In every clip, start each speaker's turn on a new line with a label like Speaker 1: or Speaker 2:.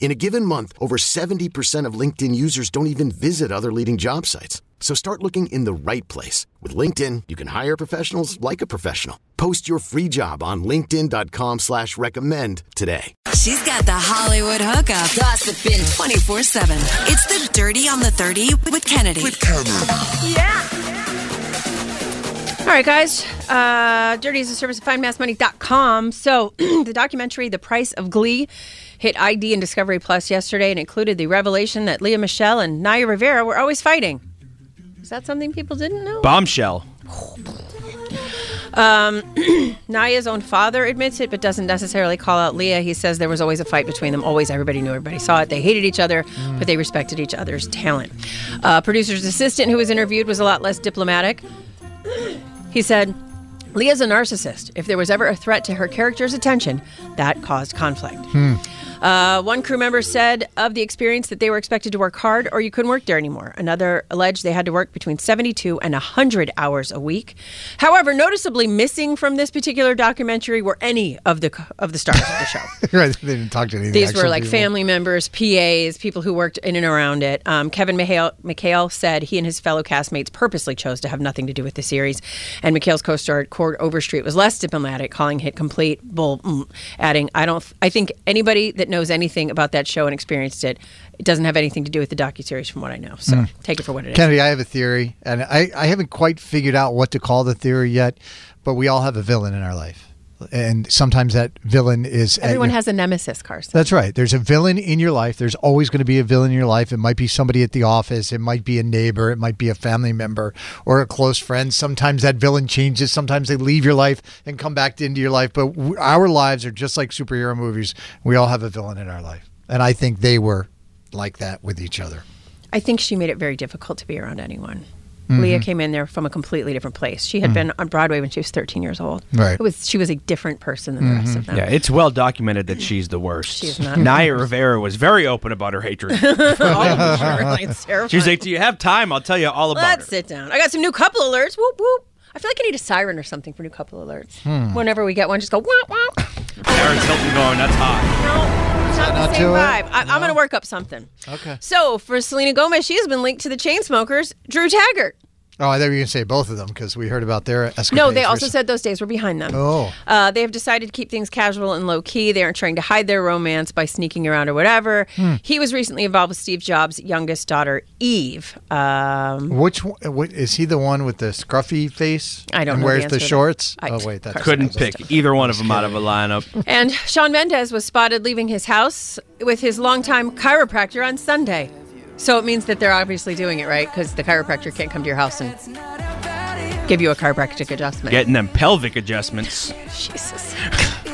Speaker 1: In a given month, over 70% of LinkedIn users don't even visit other leading job sites. So start looking in the right place. With LinkedIn, you can hire professionals like a professional. Post your free job on linkedin.com slash recommend today.
Speaker 2: She's got the Hollywood hookup, gossiping 24 7. It's the Dirty on the 30 with Kennedy.
Speaker 3: All right, guys. Uh, Dirty is a service of findmassmoney.com. So, the documentary The Price of Glee hit ID and Discovery Plus yesterday and included the revelation that Leah Michelle and Naya Rivera were always fighting. Is that something people didn't know?
Speaker 4: Bombshell.
Speaker 3: Naya's own father admits it, but doesn't necessarily call out Leah. He says there was always a fight between them. Always, everybody knew, everybody saw it. They hated each other, but they respected each other's talent. Uh, producer's assistant, who was interviewed, was a lot less diplomatic. He said, Leah's a narcissist. If there was ever a threat to her character's attention, that caused conflict. Uh, one crew member said of the experience that they were expected to work hard or you couldn't work there anymore. Another alleged they had to work between 72 and 100 hours a week. However, noticeably missing from this particular documentary were any of the of the stars of the show.
Speaker 5: right, they didn't talk to any. of the
Speaker 3: These were
Speaker 5: actual
Speaker 3: like
Speaker 5: people.
Speaker 3: family members, PAs, people who worked in and around it. Um, Kevin McHale, McHale said he and his fellow castmates purposely chose to have nothing to do with the series. And McHale's co-star Cord Overstreet was less diplomatic, calling it complete bull, mm, adding, "I don't. I think anybody that knows anything about that show and experienced it, it doesn't have anything to do with the docuseries, from what I know. So take it for what it is.
Speaker 5: Kennedy, I have a theory, and I, I haven't quite figured out what to call the theory yet, but we all have a villain in our life, and sometimes that villain is at
Speaker 3: Everyone
Speaker 5: your-
Speaker 3: has a nemesis, Carson.
Speaker 5: That's right. There's a villain in your life. There's always going to be a villain in your life. It might be somebody at the office. It might be a neighbor. It might be a family member or a close friend. Sometimes that villain changes. Sometimes they leave your life and come back into your life. But w- our lives are just like superhero movies. We all have a villain in our life. And I think they were like that with each other.
Speaker 3: I think she made it very difficult to be around anyone.
Speaker 5: Mm-hmm.
Speaker 3: Leah came in there from a completely different place. She had been on Broadway when she was 13 years old.
Speaker 5: Mm. Right.
Speaker 3: It
Speaker 5: Mm-hmm.
Speaker 3: was she was a different person than the rest of them.
Speaker 4: Yeah, it's well documented that she's the worst.
Speaker 3: She's not.
Speaker 4: Naya Rivera was very open about her hatred.
Speaker 3: All of them were, like, it's terrifying.
Speaker 4: She was like, "Do you have time? I'll tell you all about
Speaker 3: Let's
Speaker 4: her."
Speaker 3: sit down. I got some new couple alerts. Whoop whoop. I feel like I need a siren or something for new couple alerts.
Speaker 5: Hmm.
Speaker 3: Whenever we get one, just go wah wah.
Speaker 4: Aaron Hilton going, "That's hot."
Speaker 3: No, it's not the
Speaker 5: not
Speaker 3: same
Speaker 5: to it?
Speaker 3: vibe. I, I'm going to work up something.
Speaker 5: Okay.
Speaker 3: So for Selena Gomez, she has been linked to the Chainsmokers, Drew Taggart.
Speaker 5: Oh, I thought you were going to say both of them because we heard about their escapades.
Speaker 3: No, they also
Speaker 5: recently.
Speaker 3: said those days were behind them.
Speaker 5: Oh.
Speaker 3: Uh, they have decided to keep things casual and low key. They aren't trying to hide their romance by sneaking around or whatever. He was recently involved with Steve Jobs' youngest daughter, Eve. Um,
Speaker 5: Which one, what, is he? The one with the scruffy face?
Speaker 3: I don't
Speaker 5: and
Speaker 3: know the
Speaker 5: Where's
Speaker 3: answer
Speaker 5: the
Speaker 3: to that.
Speaker 5: shorts?
Speaker 3: I-
Speaker 5: oh wait, that's
Speaker 4: Couldn't pick either one of them out of a lineup.
Speaker 3: and Sean Mendez was spotted leaving his house with his longtime chiropractor on Sunday. So it means that they're obviously doing it right because the chiropractor can't come to your house and give you a chiropractic adjustment.
Speaker 4: Getting them pelvic adjustments.
Speaker 3: Jesus.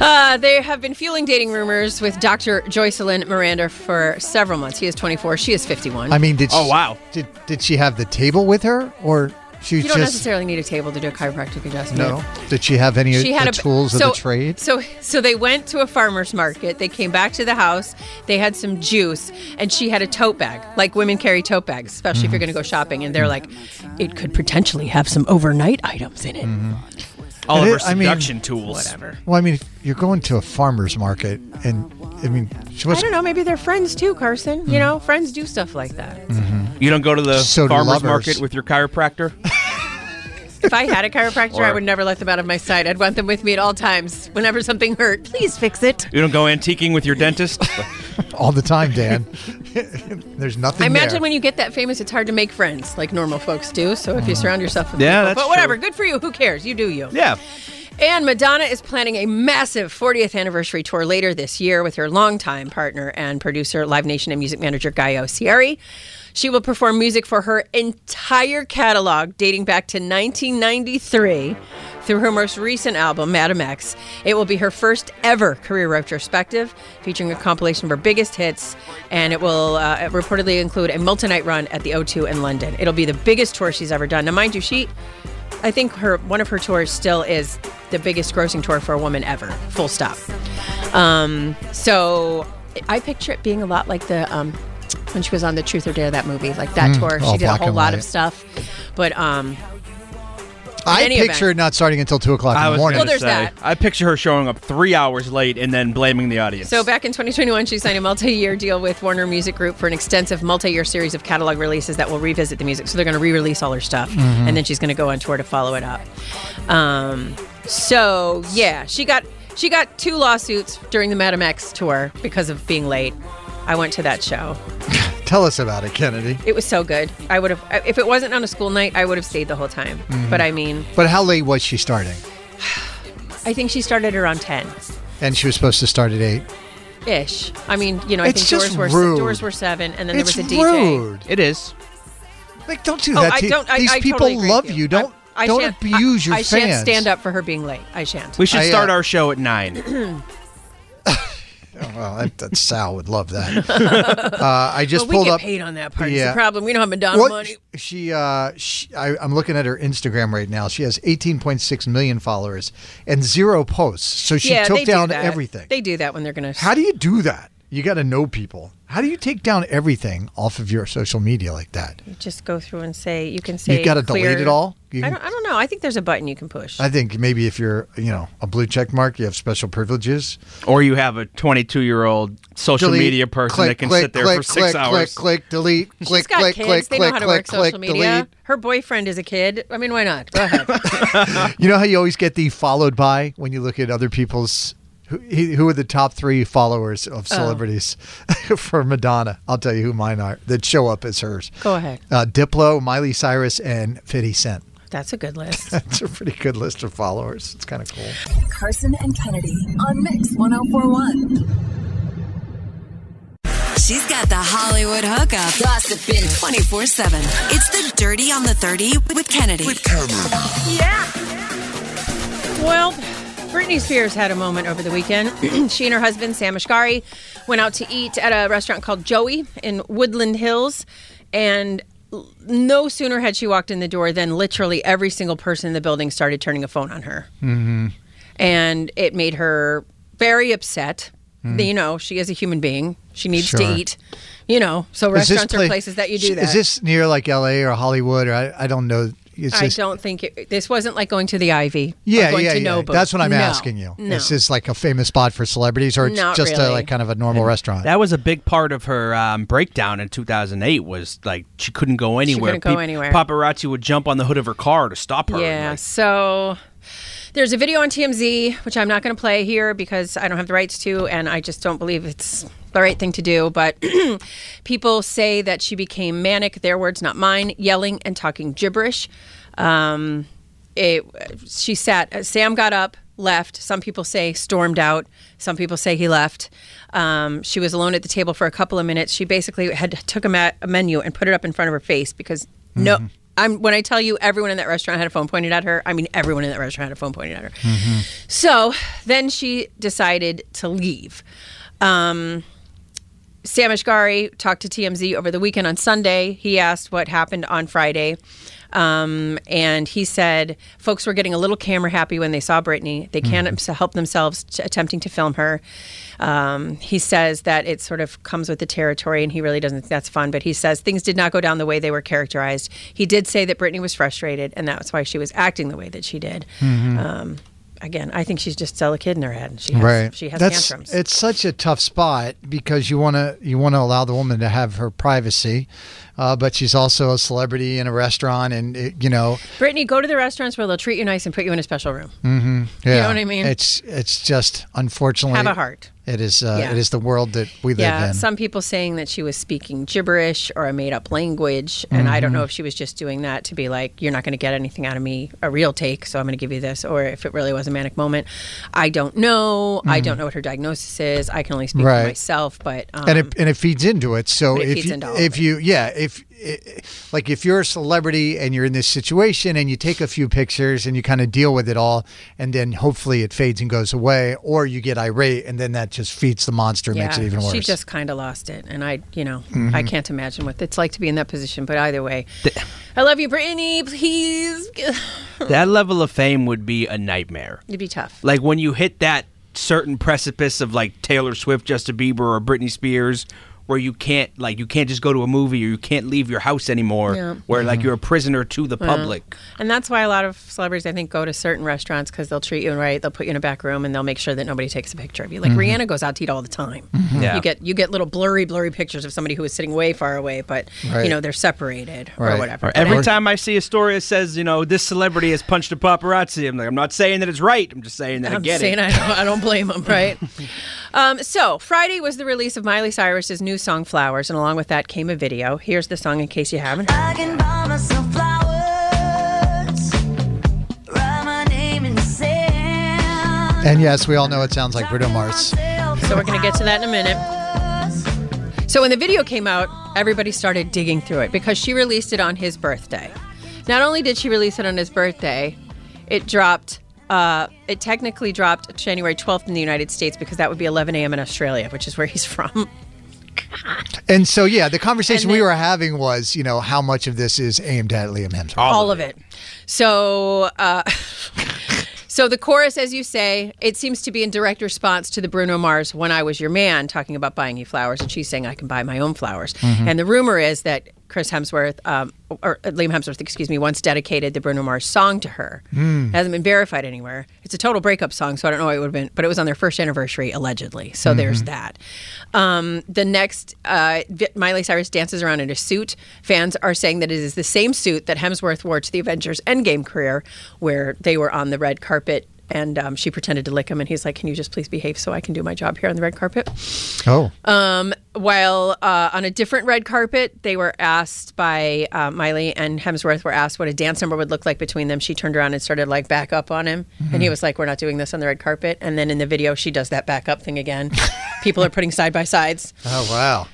Speaker 3: Uh, they have been fueling dating rumors with Dr. Joycelyn Miranda for several months. He is 24, she is 51.
Speaker 5: I mean, did
Speaker 4: Oh,
Speaker 5: she-
Speaker 4: wow.
Speaker 5: Did did she have the table with her, or she
Speaker 3: you don't
Speaker 5: just
Speaker 3: necessarily need a table to do a chiropractic adjustment.
Speaker 5: no? Did she have any of
Speaker 3: She had
Speaker 5: the
Speaker 3: a
Speaker 5: tools
Speaker 3: so,
Speaker 5: of the trade?
Speaker 3: So, so they went to a farmer's market. They came back to the house. They had some juice, and she had a tote bag, like women carry tote bags, especially if you're going to go
Speaker 5: Mm-hmm.
Speaker 3: shopping. And they're like, it could potentially have some overnight items in it.
Speaker 5: Mm-hmm.
Speaker 4: All of
Speaker 5: It
Speaker 4: her
Speaker 5: is- I mean-
Speaker 4: seduction tools. Whatever.
Speaker 5: Well, I mean, if you're going to a farmer's market, and I mean, she was
Speaker 3: I don't know. Maybe they're friends too, Carson. You
Speaker 5: Mm.
Speaker 3: know, friends do stuff like that.
Speaker 4: You don't go to the
Speaker 5: So do
Speaker 4: farmers
Speaker 5: lovers.
Speaker 4: market with your chiropractor.
Speaker 3: If I had a chiropractor, I
Speaker 4: Or-
Speaker 3: would never let them out of my sight. I'd want them with me at all times. Whenever something hurt, please fix it.
Speaker 4: You don't go antiquing with your dentist.
Speaker 5: all the time, Dan. There's nothing.
Speaker 3: I imagine
Speaker 5: there.
Speaker 3: when you get that famous, it's hard to make friends like normal folks do. So if you surround yourself with
Speaker 4: Mm. Yeah,
Speaker 3: people,
Speaker 4: that's
Speaker 3: but whatever,
Speaker 4: true.
Speaker 3: good for you. Who cares? You do you.
Speaker 4: yeah.
Speaker 3: And Madonna is planning a massive 40th anniversary tour later this year with her longtime partner and producer, Live Nation and music manager Gaio Sierra. She will perform music for her entire catalog dating back to 1993 through her most recent album, Madam X. It will be her first ever career retrospective featuring a compilation of her biggest hits, and it will uh, reportedly include a multi night run at the O2 in London. It'll be the biggest tour she's ever done. Now, mind you, she I think her one of her tours still is the biggest grossing tour for a woman ever. Full stop. Um, so I picture it being a lot like the um, when she was on the Truth or Dare that movie, like that tour.
Speaker 5: Mm. all
Speaker 3: She did a
Speaker 5: black
Speaker 3: whole
Speaker 5: and
Speaker 3: lot
Speaker 5: white.
Speaker 3: of stuff, but um,
Speaker 5: I
Speaker 3: any
Speaker 5: picture
Speaker 3: event.
Speaker 5: it not starting until two o'clock
Speaker 4: I
Speaker 5: in the
Speaker 4: was
Speaker 5: morning.
Speaker 4: gonna
Speaker 3: Well, there's
Speaker 4: say,
Speaker 3: that.
Speaker 4: I picture her showing up three hours late and then blaming the audience.
Speaker 3: So back in 2021, she signed a multi-year deal with Warner Music Group for an extensive multi-year series of catalog releases that will revisit the music. So they're going to re-release all her stuff,
Speaker 5: Mm-hmm.
Speaker 3: and then she's going to go on tour to follow it up. Um, so yeah, she got she got two lawsuits during the Madam X tour because of being late. I went to that show.
Speaker 5: Tell us about it, Kennedy.
Speaker 3: It was so good. I would have if it wasn't on a school night, I would have stayed the whole time.
Speaker 5: Mm-hmm.
Speaker 3: But I mean,
Speaker 5: But how late was she starting?
Speaker 3: I think she started around 10
Speaker 5: And she was supposed to start at eight.
Speaker 3: ish. I mean, you know, I
Speaker 5: It's
Speaker 3: think
Speaker 5: just
Speaker 3: doors were
Speaker 5: rude.
Speaker 3: doors were seven, and then
Speaker 5: it's
Speaker 3: there was a DJ.
Speaker 5: rude.
Speaker 4: it is.
Speaker 5: Like, don't do
Speaker 3: Oh,
Speaker 5: that.
Speaker 3: I
Speaker 5: to-
Speaker 3: don't. I,
Speaker 5: These
Speaker 3: I
Speaker 5: people
Speaker 3: totally agree
Speaker 5: love
Speaker 3: with
Speaker 5: you. Don't
Speaker 3: I, I
Speaker 5: don't
Speaker 3: shan't- I,
Speaker 5: abuse your
Speaker 3: I
Speaker 5: fans.
Speaker 3: shan't stand up for her being late. I shan't.
Speaker 4: We should
Speaker 5: I, uh,
Speaker 4: start our show at nine.
Speaker 5: Well, that, that Sal would love that. uh, I just
Speaker 3: But we
Speaker 5: pulled
Speaker 3: get
Speaker 5: up.
Speaker 3: paid on that part. It's
Speaker 5: Yeah.
Speaker 3: the problem. We don't have Madonna
Speaker 5: What-
Speaker 3: money.
Speaker 5: She, uh, she I, I'm looking at her Instagram right now. She has 18.6 million followers and zero posts. So she
Speaker 3: yeah,
Speaker 5: took
Speaker 3: they
Speaker 5: down
Speaker 3: do that.
Speaker 5: everything.
Speaker 3: They do that when they're going to.
Speaker 5: How do you do that? You got to know people. How do you take down everything off of your social media like that?
Speaker 3: just go through and say you can say
Speaker 5: You've gotta delete
Speaker 3: clear-
Speaker 5: it all? You
Speaker 3: I,
Speaker 5: can-
Speaker 3: don't, I don't know. I think there's a button you can push.
Speaker 5: I think maybe if you're, you know, a blue check mark, you have special privileges.
Speaker 4: or you have a 22 year old social
Speaker 5: Delete,
Speaker 4: media person
Speaker 5: click,
Speaker 4: that can
Speaker 5: click,
Speaker 4: sit there
Speaker 5: click,
Speaker 4: for six
Speaker 5: click,
Speaker 4: hours.
Speaker 5: Click, click, delete, click,
Speaker 3: She's got
Speaker 5: click,
Speaker 3: kids.
Speaker 5: click,
Speaker 3: they
Speaker 5: click,
Speaker 3: know how to
Speaker 5: click,
Speaker 3: work social
Speaker 5: click,
Speaker 3: media.
Speaker 5: delete.
Speaker 3: Her boyfriend is a kid. I mean, why not? Go ahead.
Speaker 5: You know how you always get the followed by when you look at other people's who, who are the top three followers of
Speaker 3: Oh.
Speaker 5: celebrities for Madonna? I'll tell you who mine are that show up as hers.
Speaker 3: Go ahead.
Speaker 5: Uh, Diplo, Miley Cyrus, and 50 Cent.
Speaker 3: That's a good list.
Speaker 5: That's a pretty good list of followers. It's kind of cool.
Speaker 6: Carson and Kennedy on Mix 1041.
Speaker 2: She's got the Hollywood hookup. Gossiping 24 7. It's the Dirty on the 30 with Kennedy.
Speaker 3: Well, Britney Spears had a moment over the weekend. she and her husband, Sam Ashkari, went out to eat at a restaurant called Joey in Woodland Hills. And l- no sooner had she walked in the door than literally every single person in the building started turning a phone on her. Mm-hmm. And it made her very upset. You know, she is a human being. She needs
Speaker 5: Mm-hmm. Sure.
Speaker 3: to eat. You know, so
Speaker 5: Is this
Speaker 3: restaurants are
Speaker 5: pla-
Speaker 3: places that you do that.
Speaker 5: Is this near like LA or Hollywood? Or I, I don't know. It's
Speaker 3: I
Speaker 5: just,
Speaker 3: don't think it, this wasn't like going to the Ivy. or
Speaker 5: Yeah,
Speaker 3: going
Speaker 5: yeah,
Speaker 3: to
Speaker 5: yeah.
Speaker 3: Nobu.
Speaker 5: That's what I'm
Speaker 3: No,
Speaker 5: asking you.
Speaker 3: No.
Speaker 5: Is this like a famous spot for celebrities or it's
Speaker 3: Not
Speaker 5: just a,
Speaker 3: really.
Speaker 5: like kind of a normal restaurant?
Speaker 4: That was a big part of her um, breakdown in 2008. Was like she couldn't go anywhere.
Speaker 3: couldn't go anywhere.
Speaker 4: Paparazzi would jump on the hood of her car to stop her.
Speaker 3: Yeah.
Speaker 4: Like,
Speaker 3: So there's a video on TMZ, which I'm not going to play here because I don't have the rights to, and I just don't believe it's the right thing to do. But people say that she became manic, their words, not mine, yelling and talking gibberish. Um, it, she sat, Sam got up. Left. Some people say stormed out. Some people say he left. Um, she was alone at the table for a couple of minutes. She basically had took a, ma- a menu and put it up in front of her face because no, I'm when I tell you everyone in that restaurant had a phone pointed at her, I mean everyone in that restaurant had a phone pointed at her. So then she decided to leave. Um, Sam Ashgari talked to TMZ over the weekend on Sunday. He asked what happened on Friday. Um, and he said, folks were getting a little camera happy when they saw Britney. They can't
Speaker 5: Mm-hmm.
Speaker 3: abs- help themselves t- attempting to film her. Um, he says that it sort of comes with the territory, and he really doesn't think that's fun. But he says things did not go down the way they were characterized. He did say that Britney was frustrated, and that's why she was acting the way that she did.
Speaker 5: Mm-hmm.
Speaker 3: Um, again, I think she's just still a kid in her head. and She has,
Speaker 5: right
Speaker 3: She has
Speaker 5: that's
Speaker 3: tantrums.
Speaker 5: it's such a tough spot because you want to you want to allow the woman to have her privacy uh, but she's also a celebrity in a restaurant and it, you know
Speaker 3: Brittany, go to the restaurants where they'll
Speaker 5: Mm-hmm.
Speaker 3: treat you nice and put you in a special room.
Speaker 5: yeah,
Speaker 3: what I mean?
Speaker 5: it's it's just unfortunately
Speaker 3: Have a heart.
Speaker 5: It is. Uh,
Speaker 3: Yeah.
Speaker 5: It is the world that we live
Speaker 3: Yeah,
Speaker 5: in.
Speaker 3: some people saying that she was speaking gibberish or a made up language. And I don't
Speaker 5: Mm-hmm.
Speaker 3: know if she was just doing that to be like, you're not going to get anything out of me, a real take, so I'm going to give you this, or if it really was a manic moment. I don't know. I don't know what her diagnosis is. I can only speak
Speaker 5: Mm. Right.
Speaker 3: for myself, but. Um,
Speaker 5: and it and it feeds into it. So
Speaker 3: But it
Speaker 5: if
Speaker 3: feeds
Speaker 5: you,
Speaker 3: into all of
Speaker 5: if
Speaker 3: it.
Speaker 5: you yeah if i- like if you're a celebrity and you're in this situation and you take a few pictures and you kind of deal with it all and then hopefully it fades and goes away or you get irate and then that just feeds the monster and makes it even worse. Mm-hmm.
Speaker 3: She just kind of lost it. And I, you know, I can't imagine what it's like to be in that position. But either way, I love you, Brittany. Please.
Speaker 4: That level of fame would be a nightmare.
Speaker 3: It'd be tough.
Speaker 4: Like when you hit that certain precipice of like Taylor Swift, Justin Bieber, or Britney Spears, where you can't like you can't just go to a movie or you can't leave your house anymore,
Speaker 3: Yeah.
Speaker 4: where like you're a prisoner to the public.
Speaker 3: And that's why a lot of celebrities, I think, go to certain restaurants because they'll treat you right. They'll put you in a back room and they'll make sure that nobody takes a picture of you. Like
Speaker 4: Mm-hmm.
Speaker 3: Rihanna goes out to eat all the time.
Speaker 4: Yeah.
Speaker 3: You get you get little blurry, blurry pictures of somebody who is sitting way far away, but
Speaker 5: Right.
Speaker 3: you know they're separated
Speaker 5: Right.
Speaker 3: or whatever.
Speaker 4: Or
Speaker 3: But
Speaker 4: every
Speaker 3: I-
Speaker 4: time I see a story that says, you know, this celebrity has punched a paparazzi, I'm like, I'm not saying that it's right. I'm just saying that i
Speaker 3: I'm
Speaker 4: get
Speaker 3: saying
Speaker 4: it.
Speaker 3: I don't, I don't blame them, right? um, so Friday was the release of Miley Cyrus's new song "Flowers," and along with that came a video. Here's the song in case you haven't. heard.
Speaker 7: I can buy myself flowers, write my name in the sand.
Speaker 5: and yes, we all know it sounds like Bruno Mars.
Speaker 3: So we're gonna get to that in a minute. So when the video came out, everybody started digging through it because she released it on his birthday. Not only did she release it on his birthday, it dropped. Uh, it technically dropped January 12th in the United States because that would be 11 a.m. in Australia, which is where he's from.
Speaker 5: And so yeah, the conversation
Speaker 3: And
Speaker 5: we
Speaker 3: then-
Speaker 5: were having was you know how much of this is aimed at Liam Hemsworth.
Speaker 3: All of it. So, uh, so the chorus, as you say, it seems to be in direct response to the Bruno Mars "When I Was Your Man" talking about buying you flowers, and she's saying, "I can buy my own flowers." And the rumor is that Chris Hemsworth, um, or Liam Hemsworth, excuse me, once dedicated the Bruno Mars song to her. It hasn't been verified anywhere. It's a total breakup song, so I don't know what it would have been, but it was on their first anniversary allegedly. So there's that. Um, the next, uh, Vi- Miley Cyrus dances around in a suit. Fans are saying that it is the same suit that Hemsworth wore to the Avengers Endgame career, where they were on the red carpet and um, she pretended to lick him, and he's like, "Can you just please behave so I can do my job here on the red carpet?"
Speaker 5: Oh,
Speaker 3: Um, While uh, on a different red carpet, they were asked by uh, Miley and Hemsworth were asked what a dance number would look like between them. She turned around and started like back up on him, and
Speaker 5: Mm-hmm.
Speaker 3: he was like, "We're not doing this on the red carpet." And then in the video, she does that back up thing again. People are putting side by sides.
Speaker 5: oh wow.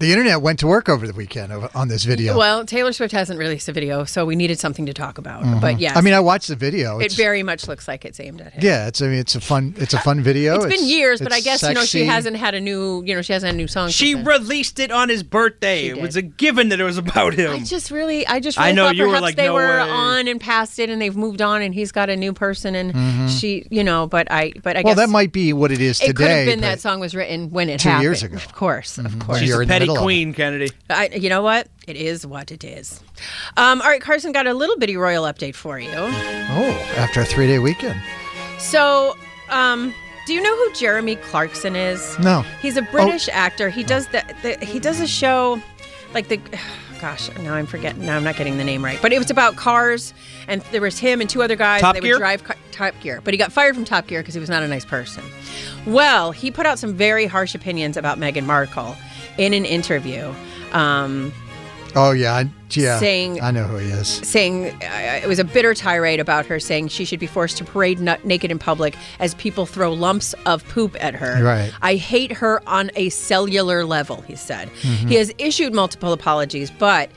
Speaker 5: The internet went to work over the weekend over- on this video.
Speaker 3: Well, Taylor Swift hasn't released a video, so we needed something to talk about. But yes,
Speaker 5: Mm-hmm. I mean, I watched the video.
Speaker 3: it
Speaker 5: It's-
Speaker 3: very much looks like it's aimed at him.
Speaker 5: Yeah, it's I mean it's a fun it's a fun video.
Speaker 3: it's been years, but I
Speaker 5: it's
Speaker 3: guess you know she
Speaker 5: sexy.
Speaker 3: hasn't had a new you know she hasn't had a new song.
Speaker 4: She
Speaker 3: since then.
Speaker 4: released it on his birthday. It
Speaker 3: did.
Speaker 4: was a given that it was about him.
Speaker 3: I just really, I just
Speaker 4: I
Speaker 3: really
Speaker 4: know,
Speaker 3: thought
Speaker 4: you were
Speaker 3: perhaps
Speaker 4: like,
Speaker 3: they
Speaker 4: "No
Speaker 3: were
Speaker 4: way."
Speaker 3: on and past it, and they've moved on, and he's got a new person, and
Speaker 4: Mm-hmm.
Speaker 3: she, you know, but I, but I
Speaker 5: Well,
Speaker 3: guess
Speaker 5: that might be what it is
Speaker 3: it
Speaker 5: today.
Speaker 3: could have been
Speaker 5: but-
Speaker 3: that song was written when it
Speaker 5: Two
Speaker 3: happened.
Speaker 5: years ago. Mm-hmm.
Speaker 3: of course, of course.
Speaker 4: She's
Speaker 5: You're
Speaker 4: a
Speaker 5: in the
Speaker 4: petty
Speaker 5: middle of it.
Speaker 4: queen, Kennedy.
Speaker 3: I, you know what? It is what it is. Um, all right, Carson got a little bitty royal update for you.
Speaker 5: Oh, after a three day weekend.
Speaker 3: So, um, do you know who Jeremy Clarkson is?
Speaker 5: No.
Speaker 3: He's a
Speaker 4: Oh.
Speaker 3: British actor. He does the, the he does a show like the gosh, now I'm forgetting. Now I'm not getting the name right. But it was about cars and there was him and two other guys
Speaker 4: Top
Speaker 3: and they
Speaker 4: Gear?
Speaker 3: would drive car, Top Gear. But he got fired from Top Gear because he was not a nice person. Well, he put out some very harsh opinions about Meghan Markle in an interview. Um,
Speaker 5: Oh yeah, I, yeah.
Speaker 3: Saying-
Speaker 5: I know who he is.
Speaker 3: saying uh, it was a bitter tirade about her saying she should be forced to parade nu- naked in public as people throw lumps of poop at her.
Speaker 5: Right.
Speaker 3: I hate her on a cellular level, he said.
Speaker 5: Mm-hmm.
Speaker 3: He has issued multiple apologies, but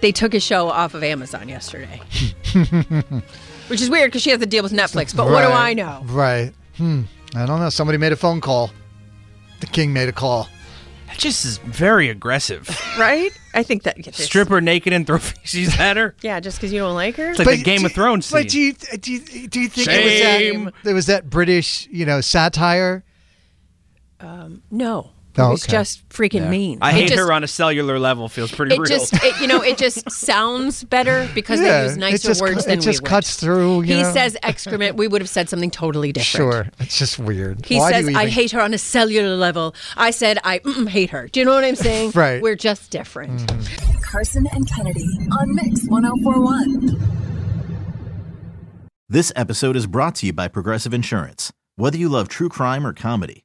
Speaker 3: they took his show off of Amazon yesterday. Which is weird because she has a deal with Netflix, but what do
Speaker 5: Right,
Speaker 3: I know?
Speaker 5: Right. Hmm. I don't know. Somebody made a phone call. The king made a call.
Speaker 4: That just is very aggressive.
Speaker 3: Right? I think that
Speaker 4: Strip her naked and throw feces at her.
Speaker 3: Yeah, just because you don't like her.
Speaker 4: It's like the Game
Speaker 5: do-
Speaker 4: of Thrones scene.
Speaker 5: But do you do you, do you think it
Speaker 4: Shame.
Speaker 5: was that there was that British you know satire?
Speaker 3: no,
Speaker 5: Oh,
Speaker 3: it was
Speaker 5: okay.
Speaker 3: just freaking mean.
Speaker 4: I
Speaker 3: It
Speaker 4: hate
Speaker 3: just-
Speaker 4: her on a cellular level. Feels pretty
Speaker 3: It
Speaker 4: real.
Speaker 3: just, it, you know, it just sounds better because
Speaker 5: Yeah,
Speaker 3: they use
Speaker 5: it
Speaker 3: nicer
Speaker 5: just
Speaker 3: words
Speaker 5: cu- it
Speaker 3: than we
Speaker 5: just
Speaker 3: would.
Speaker 5: cuts through, you
Speaker 3: he
Speaker 5: know?
Speaker 3: says excrement. We would have said something totally different.
Speaker 5: Sure. It's just weird.
Speaker 3: He
Speaker 5: Why do
Speaker 3: says,
Speaker 5: you
Speaker 3: "I
Speaker 5: even-
Speaker 3: hate her on a cellular level." I said, "I mm, hate her." Do you know what I'm saying?
Speaker 5: Right.
Speaker 3: We're just different.
Speaker 6: Carson and Kennedy on Mix 1041.
Speaker 8: This episode is brought to you by Progressive Insurance. Whether you love true crime or comedy,